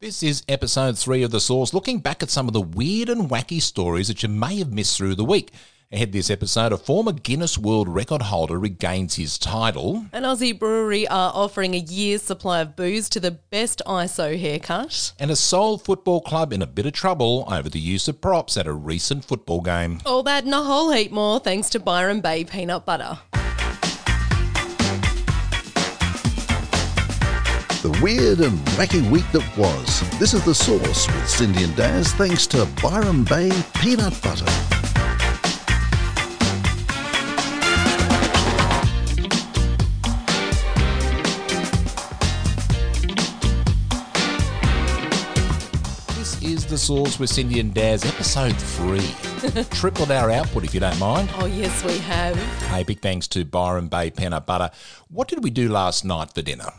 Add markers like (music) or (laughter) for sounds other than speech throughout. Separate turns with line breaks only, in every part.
This is episode three of The Source, looking back at some of the weird and wacky stories that you may have missed through the week. Ahead this episode, a former Guinness World Record holder regains his title.
An Aussie brewery are offering a year's supply of booze to the best ISO haircut.
And a Seoul football club in a bit of trouble over the use of props at a recent football game.
All that and a whole heap more thanks to Byron Bay peanut butter.
The weird and wacky week that was. This is The Source with Cindy and Daz, thanks to Byron Bay Peanut Butter.
This is The Source with Cindy and Daz, episode three. Tripled our output, if you don't mind.
Oh, yes, we have.
Hey, big thanks to Byron Bay Peanut Butter. What did we do last night for dinner?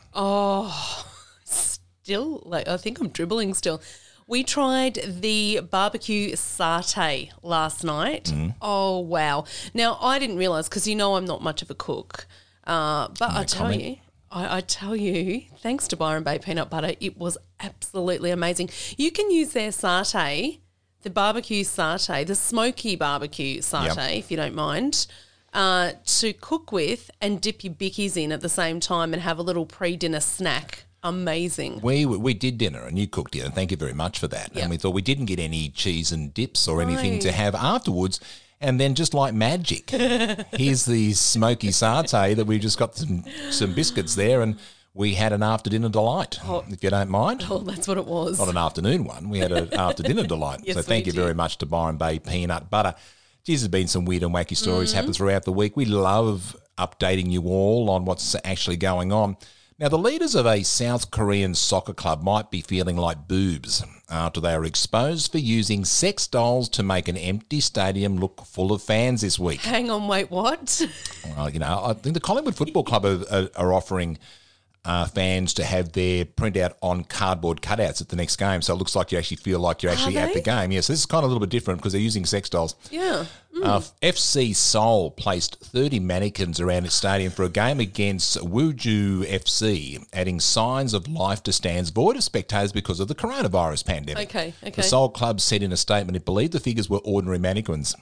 Still, like, I think I'm dribbling still. We tried the barbecue satay last night. Oh, wow. Now, I didn't realize because you know I'm not much of a cook. Uh, but I tell
comment.
you. I, I tell you, thanks to Byron Bay peanut butter, it was absolutely amazing. You can use their satay, the barbecue satay, the smoky barbecue satay, if you don't mind, uh, to cook with and dip your bickies in at the same time and have a little pre-dinner snack. Amazing.
We we did dinner and you cooked dinner. Thank you very much for that.
Yeah.
And we thought we didn't get any cheese and dips or anything to
Right.
have afterwards. And then just like magic, here's the smoky satay that we just got some some biscuits there and we had an after dinner delight, if you don't mind.
Oh, that's what it was.
Not an afternoon one. We had an
(laughs)
after dinner delight.
Yes,
so thank
we
you very
did.
much to Byron Bay Peanut Butter. Geez, there's been some weird and wacky stories
Mm-hmm.
happen throughout the week. We love updating you all on what's actually going on. Now, the leaders of a South Korean soccer club might be feeling like boobs after they are exposed for using sex dolls to make an empty stadium look full of fans this week.
Hang on, wait, what?
Well, you know, I think the Collingwood Football Club are, are, are offering uh, fans to have their printout on cardboard cutouts at the next game, so it looks like you actually feel like you're actually at
they?
the game. Yes, this is kind of a little bit different because they're using sex dolls.
Yeah.
Uh, FC Seoul placed 30 mannequins around its stadium for a game against Wuju FC, adding signs of life to stands void of spectators because of the coronavirus pandemic.
Okay, okay.
The Seoul club said in a statement it believed the figures were ordinary mannequins.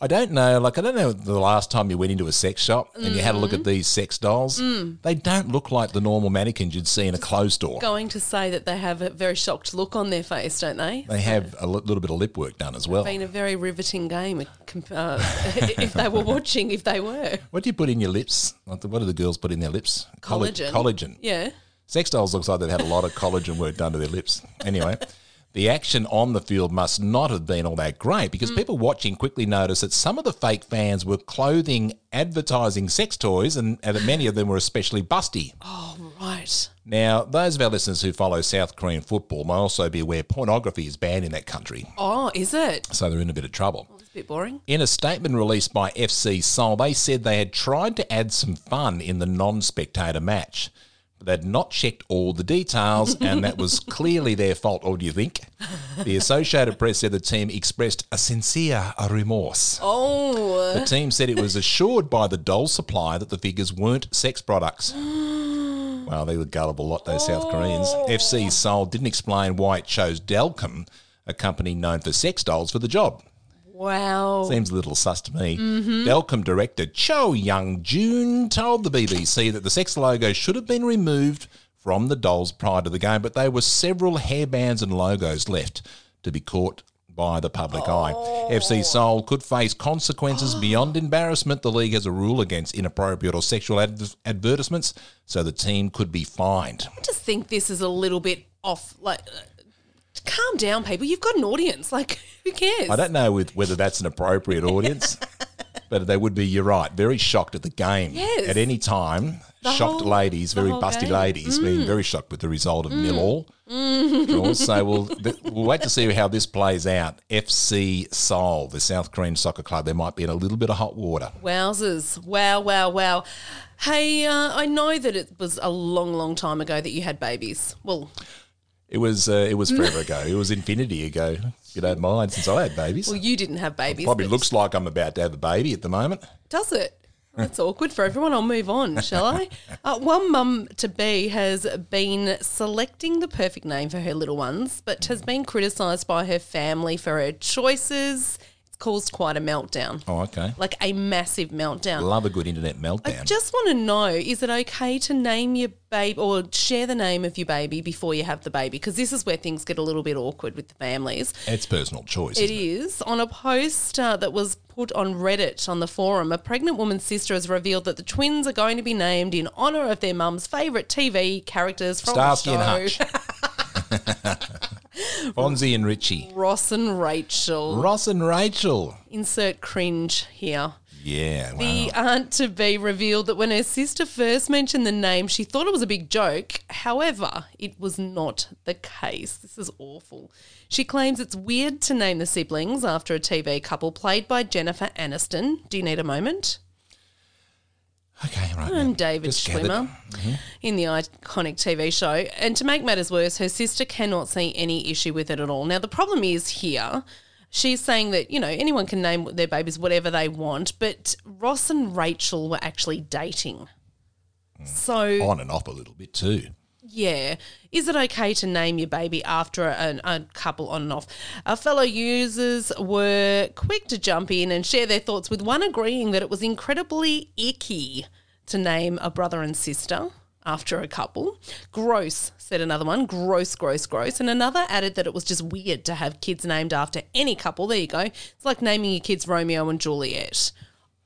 I don't know, like, I don't know the last time you went into a sex shop and you had a look at these sex dolls.
Mm.
They don't look like the normal mannequins you'd see in a clothes store.
(laughs) Going to say that they have a very shocked look on their face, don't they?
They have a li- little bit of lip work done as well.
Been a very riveting game com- uh, (laughs) if they were watching, if they were.
What do you put in your lips? What do what do the girls put in their lips? Colla-
Collagen.
Collagen.
Yeah.
Sex dolls looks like they've had a lot of collagen work done to their lips. Anyway, the action on the field must not have been all that great because people watching quickly noticed that some of the fake fans were clothing advertising sex toys and, and many of them were especially busty.
Right.
Now, those of our listeners who follow South Korean football may also be aware pornography is banned in that country,
Oh, is it?
so they're in a bit of trouble.
It's a bit boring.
In a statement released by FC Seoul, they said they had tried to add some fun in the non spectator match, but they'd not checked all the details, and that was clearly their fault, or do you think? The Associated Press said the team expressed a sincere remorse.
Oh,
The team said it was assured by the doll supplier that the figures weren't sex products. Well, they were gullible lot, those South Koreans. FC Seoul didn't explain why it chose Delcom, a company known for sex dolls, for the job.
wow.
Seems a little sus to me. Delcom director Cho Young Jun told the BBC that the sex logo should have been removed from the dolls prior to the game, but there were several hairbands and logos left to be caught by the public eye. FC Seoul could face consequences beyond embarrassment. The league has a rule against inappropriate or sexual adver- advertisements, so the team could be fined.
I just think this is a little bit off. Like, uh, calm down, people. You've got an audience. Like, (laughs) who cares?
I don't know with whether that's an appropriate
(laughs)
audience, but they would be. You're right. Very shocked at the game
Yes.
at any time. shocked
whole-
ladies,
the
very
whole
busty
game. Mm.
ladies, being very shocked with the result of nil all. Draws.
(laughs)
So we'll th- we'll wait to see how this plays out. FC Seoul, the South Korean soccer club, they might be in a little bit of hot water.
Wowzers. Wow, wow, wow. Hey, uh, I know that it was a long, long time ago that you had babies. Well,
It was uh, it was
Mm.
forever ago. It was infinity ago. If you don't mind, since I had babies,
well, you didn't have babies.
probably
but-
looks like I'm about to have a baby at the moment. (laughs)
Does it? That's awkward for everyone. I'll move on, shall I? Uh, one mum to be has been selecting the perfect name for her little ones, but
Mm.
has been criticised by her family for her choices. It's caused quite a meltdown,
Oh, okay.
like a massive meltdown.
Love a good internet
I
meltdown.
just want to know is it okay to name your baby or share the name of your baby before you have the baby? Because this is where things get a little bit awkward with the families.
it's personal choice.
It
isn't
is. On a post uh, that was put on Reddit on the forum, a pregnant woman's sister has revealed that the twins are going to be named in honor of their mum's favourite TV characters from
Starsky and
the
Hutch.
show, (laughs)
Fonzie and Richie.
Ross and Rachel.
Ross and Rachel.
Insert cringe here.
Yeah.
The aunt to be revealed that when her sister first mentioned the name, she thought it was a big joke. However, it was not the case. This is awful. She claims it's weird to name the siblings after a TV couple played by Jennifer Aniston. Do you need a moment?
wow. Okay, right.
I'm
now.
David
Just gathered. Mm-hmm.
Schwimmer in the iconic TV show. And to make matters worse, her sister cannot see any issue with it at all. Now, the problem is here, she's saying that, you know, anyone can name their babies whatever they want, but Ross and Rachel were actually dating.
Mm.
So,
On and off a little bit too.
yeah. Is it okay to name your baby after an, a couple on and off? Our fellow users were quick to jump in and share their thoughts, with one agreeing that it was incredibly icky to name a brother and sister after a couple. Gross, said another one. Gross, gross, gross. And another added that it was just weird to have kids named after any couple. There you go. It's like naming your kids Romeo and Juliet.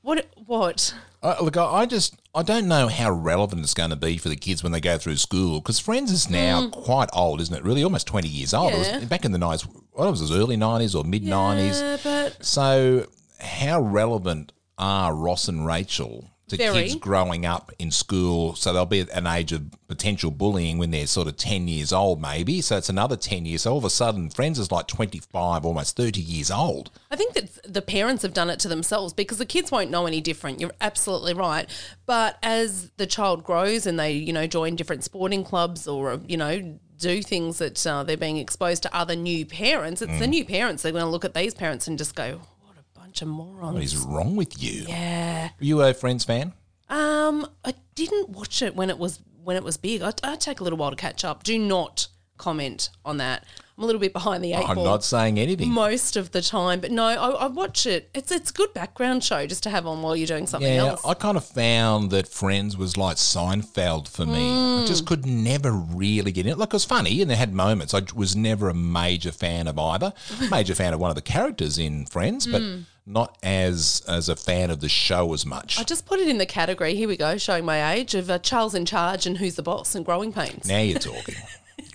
What? What?
I, look, I, I just I don't know how relevant it's going to be for the kids when they go through school because Friends is now quite old, isn't it? Really, almost twenty years old. It was
Mm. Yeah.
back in the nineties, what was it, early nineties or mid nineties?
Yeah, but
So, how relevant are Ross and Rachel to
Very.
kids growing up in school? So they'll be at an age of potential bullying when they're sort of ten years old, maybe. So it's another ten years. So all of a sudden, Friends is like twenty five, almost thirty years old.
I think that the parents have done it to themselves because the kids won't know any different. You're absolutely right. But as the child grows and they, you know, join different sporting clubs or, you know, do things that uh, they're being exposed to other new parents, it's the new parents. They're going to look at these parents and just go, what a bunch of
What
morons.
is wrong with you? Yeah. Were you a Friends fan?
Um, I didn't watch it when it was when it was big. I, I take a little while to catch up. Do not comment on that. I'm a little bit behind the eight
I'm
ball.
Oh, not saying anything.
most of the time. But no, I, I watch it. It's it's good background show just to have on while you're doing something
Yeah,
else.
I kind of found that Friends was like Seinfeld for me. I
Mm.
just could never really get in it. Like, it was funny and they had moments. I was never a major fan of
(laughs)
either. Major fan of one of the characters in Friends, but not as as a fan of the show as much.
Mm. I just put it in the category. Here we go, showing my age of uh, Charles in Charge and Who's the Boss and Growing Pains.
now you're
(laughs)
talking.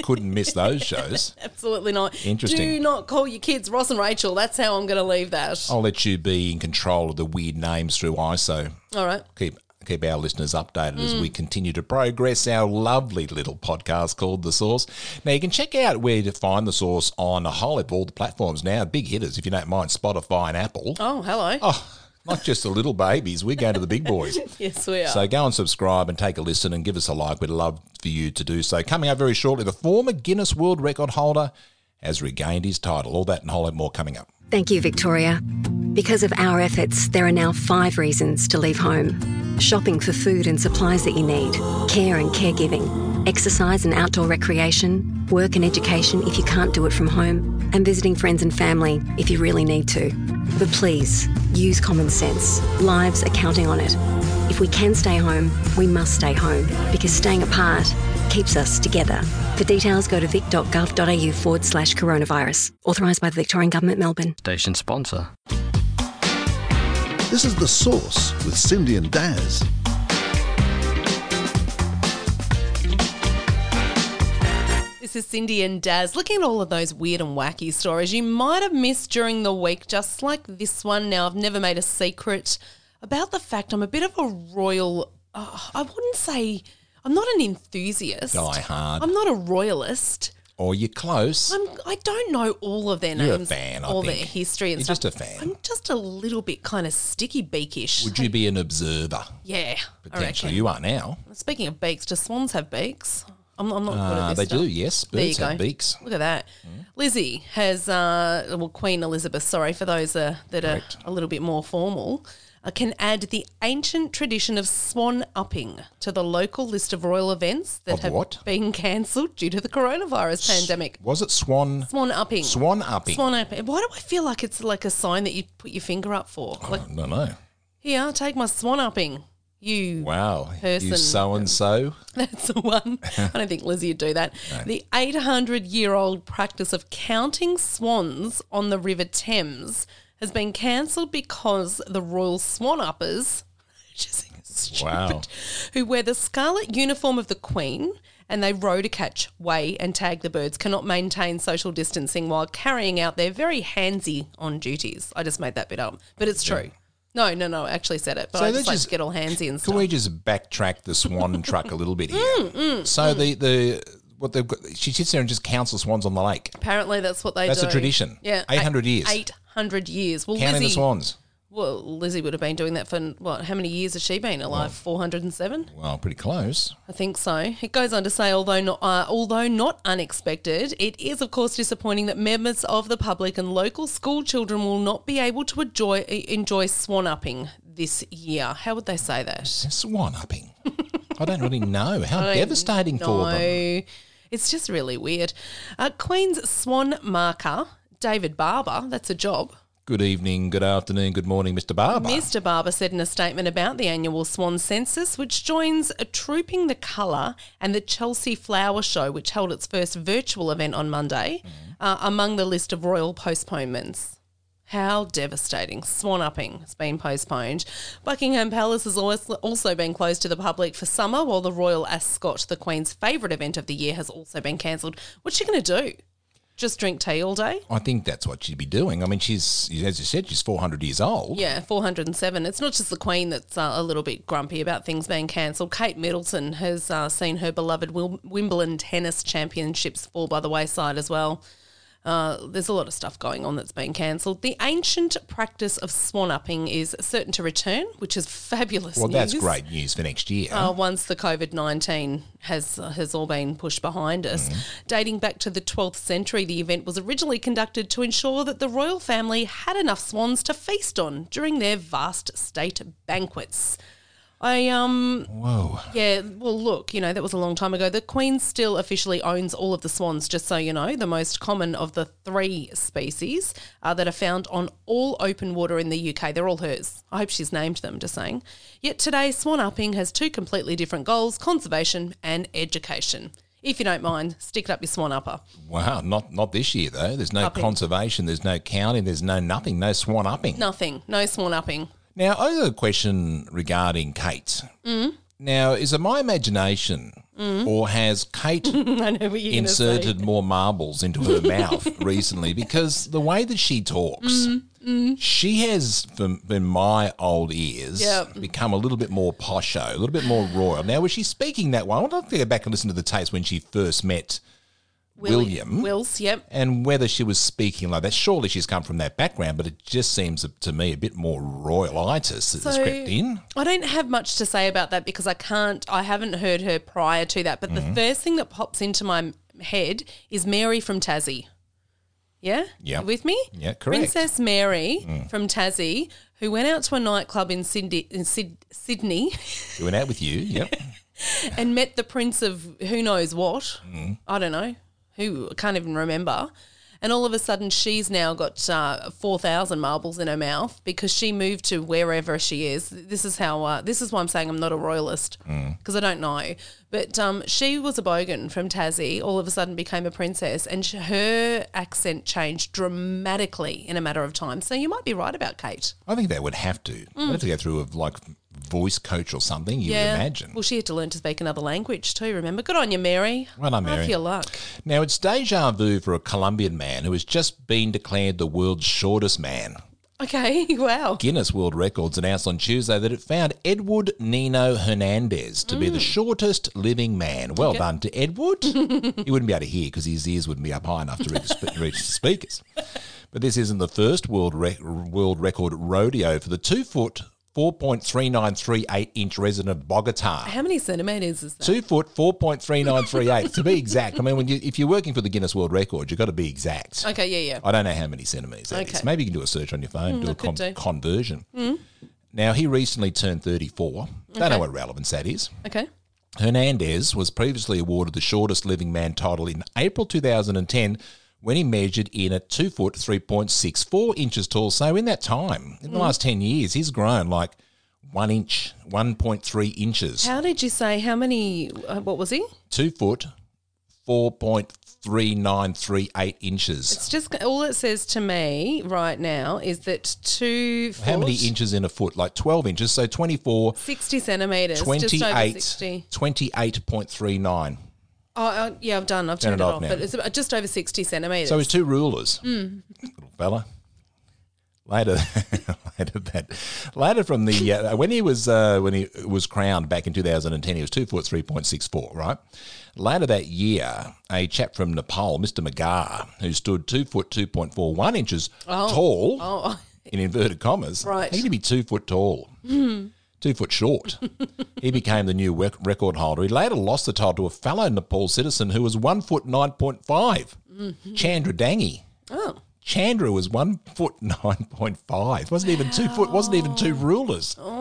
Couldn't miss those shows.
Absolutely not.
Interesting.
Do not call your kids Ross and Rachel. That's how I'm going to leave that.
I'll let you be in control of the weird names through ISO.
All right.
Keep keep our listeners updated as
Mm.
we continue to progress our lovely little podcast called The Source. Now you can check out where to find The Source on a whole heap of all the platforms now. Big hitters, if you don't mind, Spotify and Apple.
Oh, hello.
Not just the little babies, we're going to the big
(laughs)
boys.
Yes, we are.
So go and subscribe and take a listen and give us a like. We'd love for you to do so. Coming up very shortly, the former Guinness World Record holder has regained his title. All that and a whole lot more coming up.
Thank you, Victoria. Because of our efforts, there are now five reasons to leave home shopping for food and supplies that you need, care and caregiving, exercise and outdoor recreation, work and education if you can't do it from home, and visiting friends and family if you really need to. But please, use common sense. Lives are counting on it. If we can stay home, we must stay home because staying apart keeps us together. For details, go to vic.gov.au forward slash coronavirus. Authorised by the Victorian Government, Melbourne.
Station sponsor.
This is The Source with Cindy and Daz.
This is Cindy and Daz. Looking at all of those weird and wacky stories you might have missed during the week, just like this one. Now, I've never made a secret about the fact I'm a bit of a royal. oh, I wouldn't say I'm not an enthusiast.
Die hard.
I'm not a royalist.
or you're close.
I'm. I don't know all of their names,
You're a fan, I
all
think.
their history, and
You're
stuff.
just a fan.
I'm just a little bit kind of sticky beakish.
Would you be an observer?
yeah, I
Potentially,
reckon.
you are now.
Speaking of beaks, do swans have beaks? I'm, I'm not good at
Uh,
this
they
stuff.
do, yes.
There you
Birds have
go.
beaks. Mm.
Look at that. Lizzie has, uh, well, Queen Elizabeth, sorry, for those uh, that
Correct.
are a little bit more formal, uh, can add the ancient tradition of swan upping to the local list of royal events that
Of
have
what?
been cancelled due to the coronavirus pandemic.
Was it swan?
Swan upping.
Swan upping.
Swan upping. Why do I feel like it's like a sign that you put your finger up for? Like,
I don't know.
here, take my swan upping. You
Wow. You
Person.
so and so.
(laughs) That's
(laughs)
the one. I don't think Lizzie would do that. The 800 year old practice of counting swans on the River Thames has been cancelled because the royal swan uppers, (laughs) which is stupid,
Wow.
who wear the scarlet uniform of the Queen and they row to catch, weigh, and tag the birds, cannot maintain social distancing while carrying out their very handsy on duties. I just made that bit up, but it's true. No, no, no. I actually said it, but
So
I
they're
just like
just-
to get all handsy and
Can
stuff.
we just backtrack the
(laughs)
swan truck a little bit here?
Mm,
so the the what they've got, she sits there and just counts the swans on the lake.
Apparently, that's what they
That's
do.
a tradition.
Yeah,
800 years.
Eight hundred years. Well,
Counting
Lizzie,
the swans.
Well, Lizzie would have been doing that for what? How many years has she been alive? Four hundred and seven.
Well, pretty close.
I think so. It goes on to say, although not, uh, although not unexpected, it is of course disappointing that members of the public and local school children will not be able to enjoy enjoy swan upping this year. How would they say that?
Swan upping. I don't really
(laughs)
know. How devastating for them.
No, it's just really weird. Uh, Queen's swan marker, David Barber. That's a job.
Good evening, good afternoon, good morning, Mr. Barber.
Mr. Barber said in a statement about the annual Swan Census, which joins a Trooping the Colour and the Chelsea Flower Show, which held its first virtual event on Monday, uh, among the list of royal postponements. How devastating. Swan upping has been postponed. Buckingham Palace has always- also been closed to the public for summer, while the Royal Ascot, the Queen's favourite event of the year, has also been cancelled. What's she going to do? Just drink tea all day?
I think that's what she'd be doing. I mean, she's, as you said, she's 400 years old.
Yeah, 407. It's not just the Queen that's uh, a little bit grumpy about things being cancelled. Kate Middleton has uh, seen her beloved Wil- Wimbledon tennis championships fall by the wayside as well. Uh, there's a lot of stuff going on that's been cancelled. The ancient practice of swan upping is certain to return, which is (laughs) fabulous.
Well, that's
news.
great news for next year.
Uh, once the COVID nineteen has has all been pushed behind us, dating back to the 12th century, the event was originally conducted to ensure that the royal family had enough swans to feast on during their vast state banquets. I um
Whoa.
yeah well look you know that was a long time ago. The Queen still officially owns all of the swans, just so you know. The most common of the three species uh, that are found on all open water in the UK, they're all hers. I hope she's named them. Just saying. Yet today, swan upping has two completely different goals: conservation and education. If you don't mind, stick it up your swan upper.
Wow. Not not this year, though. There's no
Upping.
conservation, there's no counting, there's no nothing, no swan upping.
Nothing, no swan upping. (laughs)
Now, I have a question regarding Kate.
Mm.
Now, is it my imagination, or has
(laughs)
Kate
I know what you're going to Mm. say.
inserted more marbles into
(laughs)
her mouth recently? Because the way that she talks,
Mm,
she has, from, from my old ears,
Yep.
become a little bit more posho, a little bit more royal. Now, was she speaking that way? I would like to go back and listen to the tapes when she first met William.
Wills, yep.
and whether she was speaking like that. Surely she's come from that background, but it just seems to me a bit more royalitis that has
So-
crept in.
I don't have much to say about that because I can't, I haven't heard her prior to that. But
Mm-hmm.
the first thing that pops into my m- head is Mary from Tassie. Yeah?
Yeah.
You with me?
Yeah, correct. Mm.
Princess Mary from Tassie, who went out to a nightclub in Sydney, in Syd- Sydney
She went out with you, yep. (laughs)
and met the Prince of who knows what.
Mm-hmm.
I don't know. Who? I can't even remember. And all of a sudden, she's now got uh, 4,000 marbles in her mouth because she moved to wherever she is. This is how, uh, this is why I'm saying I'm not a royalist
Mm.
because I don't know. But um, she was a bogan from Tassie, all of a sudden became a princess, and sh- her accent changed dramatically in a matter of time. So you might be right about Kate.
I think they would have to. They'd have to go through a like voice coach or something. You would imagine.
Well, she had to learn to speak another language too, remember? Good on you, Mary.
Well done, Mary.
Have your luck.
Now it's deja vu for a Colombian man who has just been declared the world's shortest man.
Okay, (laughs) wow.
Guinness World Records announced on Tuesday that it found Edward Nino Hernandez to be the shortest living man. Well done to Edward. he wouldn't be able to hear because his ears wouldn't be up high enough to reach the, spe- reach the speakers. But this isn't the first world re- world record rodeo for the two foot 4.3938 inch resident of Bogota.
How many centimetres is that?
Two foot, 4.3938, to be exact. I mean, when you, if you're working for the Guinness World Record, you've got to be exact.
Okay, yeah, yeah.
I don't know how many centimetres that is.
Okay. Mm,
Maybe you can do a search on your phone, do
I
a
could
con-
do. Mm.
conversion. Now, he recently turned 34. Don't know what relevance that is.
Okay.
Hernandez was previously awarded the shortest living man title in April 2010 when he measured in at 2 foot 3.64 inches tall. So in that time, in the
Mm.
last 10 years, he's grown like 1 inch, 1.3 inches,
How did you say how many? Uh, what was he?
2 foot 4.3938 inches.
It's just all it says to me right now is that two. Foot,
How many inches in a foot? Like 12 inches, so 24
Sixty centimetres. Just over
28
sixty.
28.39.
Oh, uh, yeah, I've done. I've
Turn
turned
it
it
off
off,
now.
but it's about- just over sixty centimetres.
So his two rulers,
Mm.
little fella. Later, (laughs) later that, later from the uh, when he was uh, when he was crowned back in 2010, he was two foot three point six four. Right. Later that year, a chap from Nepal, Mr. Magar, who stood two foot two point four one inches tall
oh, (laughs)
in inverted commas,
Right. Mm.
he had to be two foot tall, two foot short. he became the new rec- record holder. He later lost the title to a fellow Nepal citizen who was one foot nine point five,
Mm.
Chandra Dangi.
oh,
Chandra was one foot (laughs) nine point five. wasn't even two foot. wasn't even two rulers.
Oh.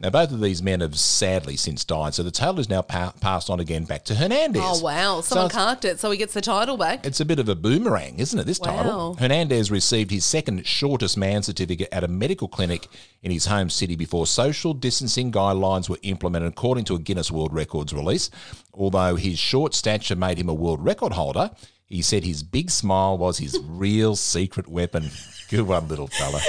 Now both of these men have sadly since died, so the title is now pa- passed on again back to Hernandez.
oh, wow! Someone
so it's-
carked it, so he gets the title back.
it's a bit of a boomerang, isn't it? This title.
Wow.
Hernandez received his second shortest man certificate at a medical clinic in his home city before social distancing guidelines were implemented, according to a Guinness World Records release. Although his short stature made him a world record holder, he said his big smile was his (laughs) real secret weapon. Good one, little fella.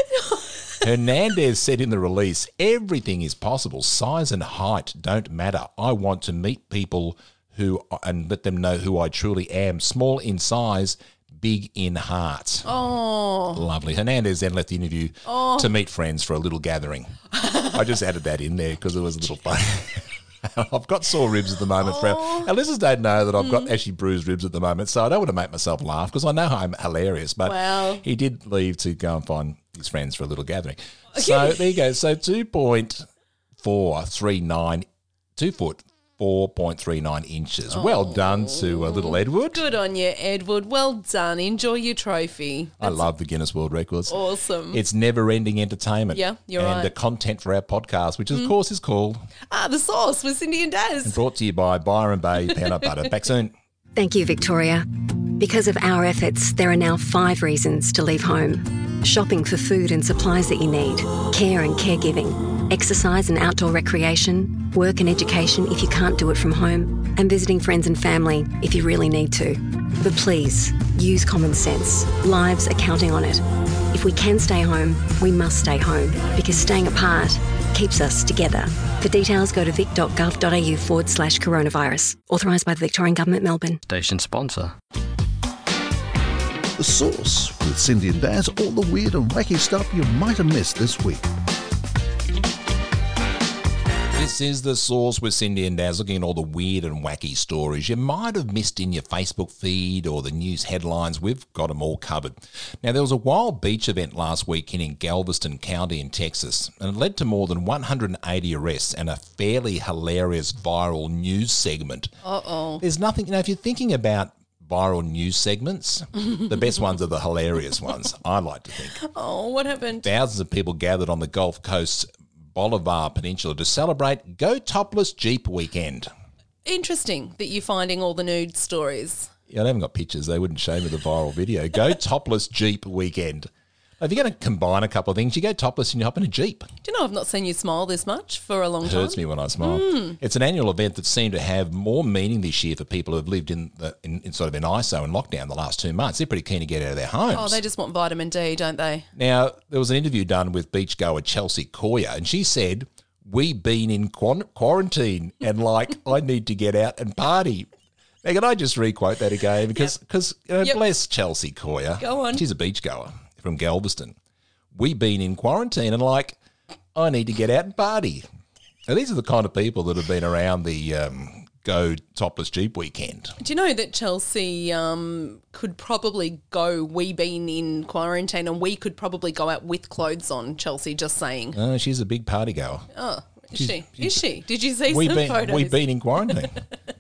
Hernandez said in the release, everything is possible. Size and height don't matter. I want to meet people who and let them know who I truly am. Small in size, big in heart.
Oh,
Lovely. Hernandez then left the interview to meet friends for a little gathering. I just added that in there because it was a little funny. (laughs) I've got sore ribs at the moment. Oh. Our listeners don't know that I've got actually bruised ribs at the moment, so I don't want to make myself laugh because I know I'm hilarious. But
Wow.
he did leave to go and find his friends for a little gathering. So there you go. So 2.439, two foot, 4.39 inches. Well done to uh, little Edward.
good on you, Edward. Well done. Enjoy your trophy.
I love the Guinness World Records.
Awesome.
It's never ending entertainment.
Yeah, you're
and
right. Mm.
the content for our podcast, which of course is called
Ah, the sauce with Cindy
(laughs)
and Daz.
brought to you by Byron Bay Peanut Butter. Back soon.
Thank you, Victoria. Because of our efforts, there are now five reasons to leave home shopping for food and supplies that you need, care and caregiving, exercise and outdoor recreation, work and education if you can't do it from home, and visiting friends and family if you really need to. But please, use common sense. Lives are counting on it. If we can stay home, we must stay home because staying apart keeps us together. For details, go to vic.gov.au forward slash coronavirus. Authorised by the Victorian Government, Melbourne.
Station sponsor.
The Source with Cindy and Daz, all the weird and wacky stuff you might have missed this week.
This is the source with Cindy and Daz looking at all the weird and wacky stories you might have missed in your Facebook feed or the news headlines. We've got them all covered. Now, there was a wild beach event last weekend in Galveston County in Texas, and it led to more than 180 arrests and a fairly hilarious viral news segment.
Uh oh.
There's nothing, you know, if you're thinking about viral news segments, the best ones are the hilarious ones, I like to think.
Oh, what happened?
Thousands of people gathered on the Gulf Coast's Bolivar Peninsula to celebrate Go Topless Jeep weekend.
Interesting that you're finding all the nude stories.
Yeah, I haven't got pictures. They wouldn't show me the viral video.
(laughs)
Go Topless Jeep weekend. If you're going to combine a couple of things, you go topless and you hop in a Jeep.
Do you know I've not seen you smile this much for a long
It
time?
hurts me when I smile.
Mm.
It's an annual event that seemed to have more meaning this year for people who have lived in, the, in, in sort of in ISO and lockdown the last two months. They're pretty keen to get out of their homes.
Oh, they just want vitamin D, don't they?
Now, there was an interview done with beachgoer Chelsea Coyer, and she said, we been in quan- quarantine and
(laughs)
like, I need to get out and party. Now, can I just requote that again? Because cause, you know,
Yep.
bless Chelsea Coyer.
Go on.
She's a beachgoer from Galveston. we been in quarantine and like, I need to get out and party. Now, these are the kind of people that have been around the um, go topless Jeep weekend.
Do you know that Chelsea um, could probably go? We been in quarantine, and we could probably go out with clothes on. Chelsea, just saying.
Uh, she's a big party goer.
Oh, is she? Is she? Did you see
We've
some
been,
photos?
we've been in quarantine.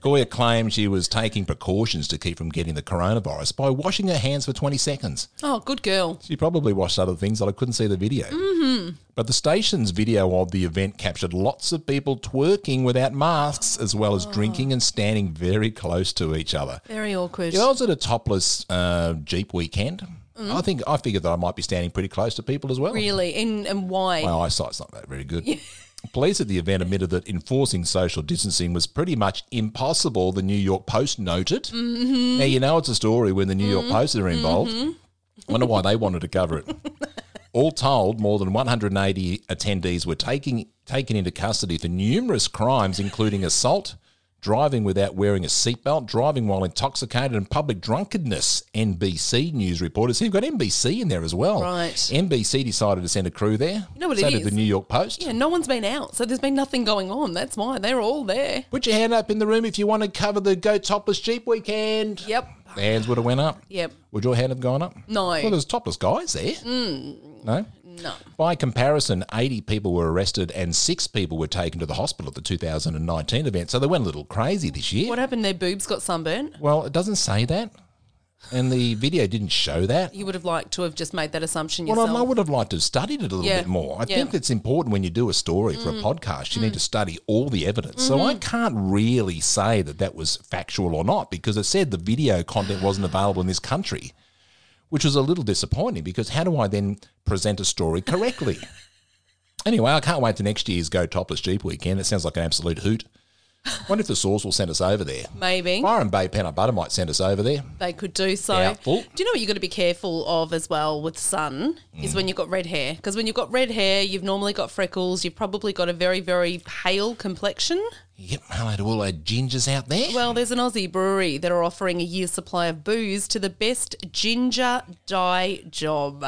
Goya claimed she was taking precautions to keep from getting the coronavirus by washing her hands for 20 seconds.
Oh, good girl.
She probably watched other things that I couldn't see the video. Mm-hmm. But the station's video of the event captured lots of people twerking without masks, as well as drinking and standing very close to each other.
Very awkward.
Yeah, I was at a topless uh, Jeep weekend. I think I figured that I might be standing pretty close to people as well.
Really, and and why?
My eyesight's not that very good. (laughs) Police at the event admitted that enforcing social distancing was pretty much impossible, the New York Post noted. Now, you know it's a story when the New York Post are involved. Wonder why they wanted to cover it. All told, more than 180 attendees were taking, taken into custody for numerous crimes, including assault, driving without wearing a seatbelt, driving while intoxicated, and public drunkenness. NBC news reporters. You've got NBC in there as well.
Right.
NBC decided to send a crew there.
You know what
so
it
did the
is?
New York Post.
Yeah, no one's been out, so there's been nothing going on. That's why they're all there.
Put your hand up in the room if you want to cover the Go Topless Jeep weekend.
Yep.
The hands would have went up.
Yep.
Would your hand have gone up?
No. Mm.
Well, there's topless guys there. No?
No.
By comparison, 80 people were arrested and six people were taken to the hospital at the 2019 event. So they went a little crazy this year.
What happened? Their boobs got sunburnt.
well, it doesn't say that. And the video didn't show that.
You would have liked to have just made that assumption
Well,
yourself.
I would have liked to have studied it a little
Yeah.
bit more. I
Yeah. Mm.
think it's important when you do a story for a podcast, you need to study all the evidence.
Mm-hmm.
So I can't really say that that was factual or not because it said the video content wasn't available in this country, which was a little disappointing because how do I then present a story correctly?
(laughs)
anyway, I can't wait to next year's Go Topless Jeep weekend. It sounds like an absolute hoot. Wonder if the source will send us over there.
Maybe
Byron Bay Peanut Butter might send us over there.
they could do so.
Doubtful.
Do you know what you've got to be careful of as well with sun is when you've got red hair? Because when you've got red hair, you've normally got freckles. You've probably got a very very pale complexion.
Yep, hello to all our gingers out there.
Well, there's an Aussie brewery that are offering a year's supply of booze to the best ginger dye job.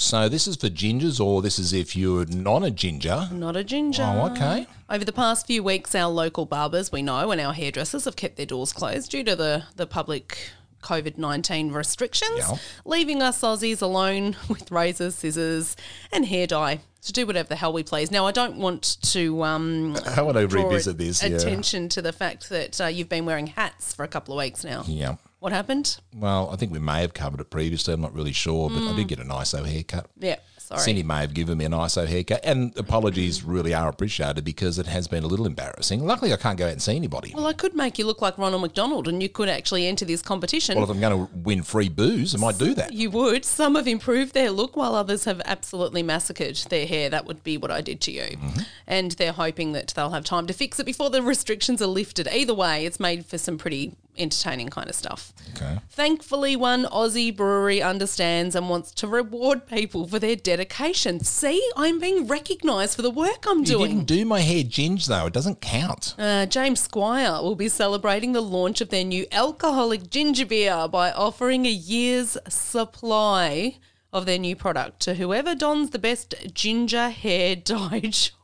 So this is for gingers, or this is if you're non a ginger.
Not a ginger.
Oh, okay.
Over the past few weeks, our local barbers we know and our hairdressers have kept their doors closed due to the, the public COVID 19 restrictions,
Yeah.
leaving us Aussies alone (laughs) with razors, scissors, and hair dye to do whatever the hell we please. Now, I don't want to um,
I want to
draw
revisit this.
attention to the fact that uh, you've been wearing hats for a couple of weeks now.
Yeah.
What happened?
Yeah. Well, I think we may have covered it previously. I'm not really sure, but I did get an ISO haircut.
Yeah, Hmm. sorry.
Cindy may have given me an ISO haircut, and apologies really are appreciated because it has been a little embarrassing. Luckily, I can't go out and see anybody. Well,
Well, I could make you look like Ronald McDonald and you could actually enter this competition.
if I'm going to win free booze, I might do that.
You would. Some have improved their look while others have absolutely massacred their hair. That would be what I did to you.
Mm-hmm.
And they're hoping that they'll have time to fix it before the (laughs) restrictions are lifted. Either way, it's made for some pretty entertaining kind of stuff.
Okay.
Thankfully, one Aussie brewery understands and wants to reward people for their dedication. See, I'm being recognised for the work I'm
You
doing.
didn't do my hair ginge though. It doesn't count.
Uh, James Squire will be celebrating the launch of their new alcoholic ginger beer by offering a year's supply of their new product to whoever dons the best ginger hair (laughs) dye job.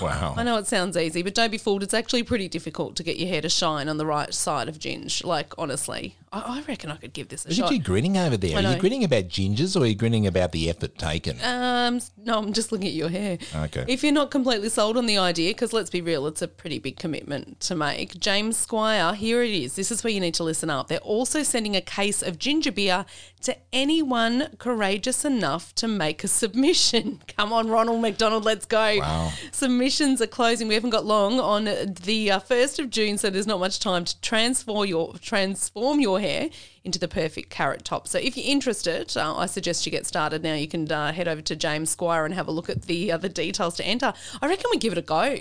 Wow.
I know it sounds easy, but don't be fooled. It's actually pretty difficult to get your hair to shine on the right side of ginge. Like, honestly, I, I reckon I could give this a
Look
shot.
at you grinning over there. Are you
know.
grinning about gingers or are you grinning about the effort taken?
Um, no, I'm just looking at your hair.
Ah, Okay.
If you're not completely sold on the idea, because let's be real, it's a pretty big commitment to make. James Squire, here it is. This is where you need to listen up. They're also sending a case of ginger beer to anyone courageous enough to make a (laughs) submission. Come on, Ronald McDonald, let's go.
Wow.
Submissions are closing. We haven't got long on the uh, 1st of June, so there's not much time to transform your transform your hair into the perfect carrot top. So if you're interested, uh, I suggest you get started now. You can uh, head over to James Squire and have a look at the other details to enter. I reckon we give it a go.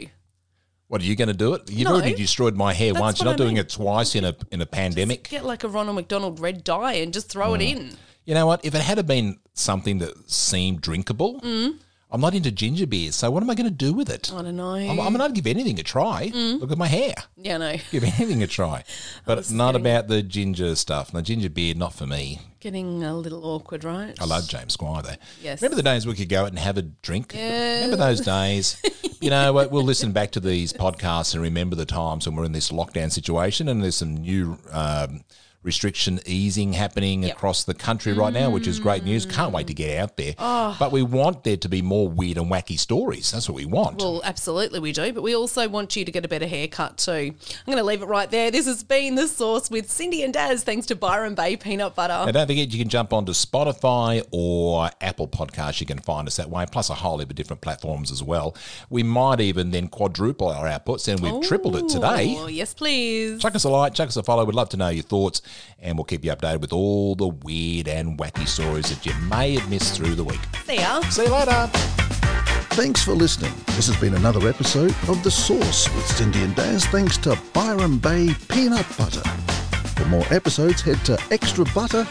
What are you going to do it? You've
No.
already destroyed my hair
That's
once. You're
what
not
I
doing
mean.
it twice in a in a pandemic.
Get like a Ronald McDonald red dye and just throw it in.
you know what? If it had been something that seemed drinkable,
Mm.
I'm not into ginger beer. So what am I going to do with it?
I don't know.
I'm, I'm going to give anything a try.
Mm.
Look at my hair.
yeah, no.
Give anything a
(laughs)
try, but it's not about the ginger stuff. No ginger beer, not for me.
Getting a little awkward, right?
I love James Squire though.
Yes. (laughs)
Remember the days we could go out and have a drink? Remember those days? you know what? We'll listen back to these podcasts and remember the times when we're in this lockdown situation and there's some new um, restriction easing happening
Yep.
across the country right now, which is great news. Can't wait to get out there.
Oh.
But we want there to be more weird and wacky stories. That's what we want.
Well, absolutely we do, but we also want you to get a better haircut too. I'm going to leave it right there. This has been The Source with Cindy and Daz, thanks to Byron Bay Peanut Butter.
And don't forget, you can jump onto Spotify or Apple Podcasts. You can find us that way, plus a whole heap of different platforms as well. We might even then quadruple our outputs, and we've tripled it today.
Ooh, Oh, Yes, please.
Chuck us a like, chuck us a follow. We'd love to know your thoughts, and we'll keep you updated with all the weird and wacky stories that you may have missed through the week.
See ya.
See you later.
Thanks for listening. This has been another episode of The Source with Cindy and Daz, thanks to Byron Bay Peanut Butter. For more episodes, head to extrabutter.com.au.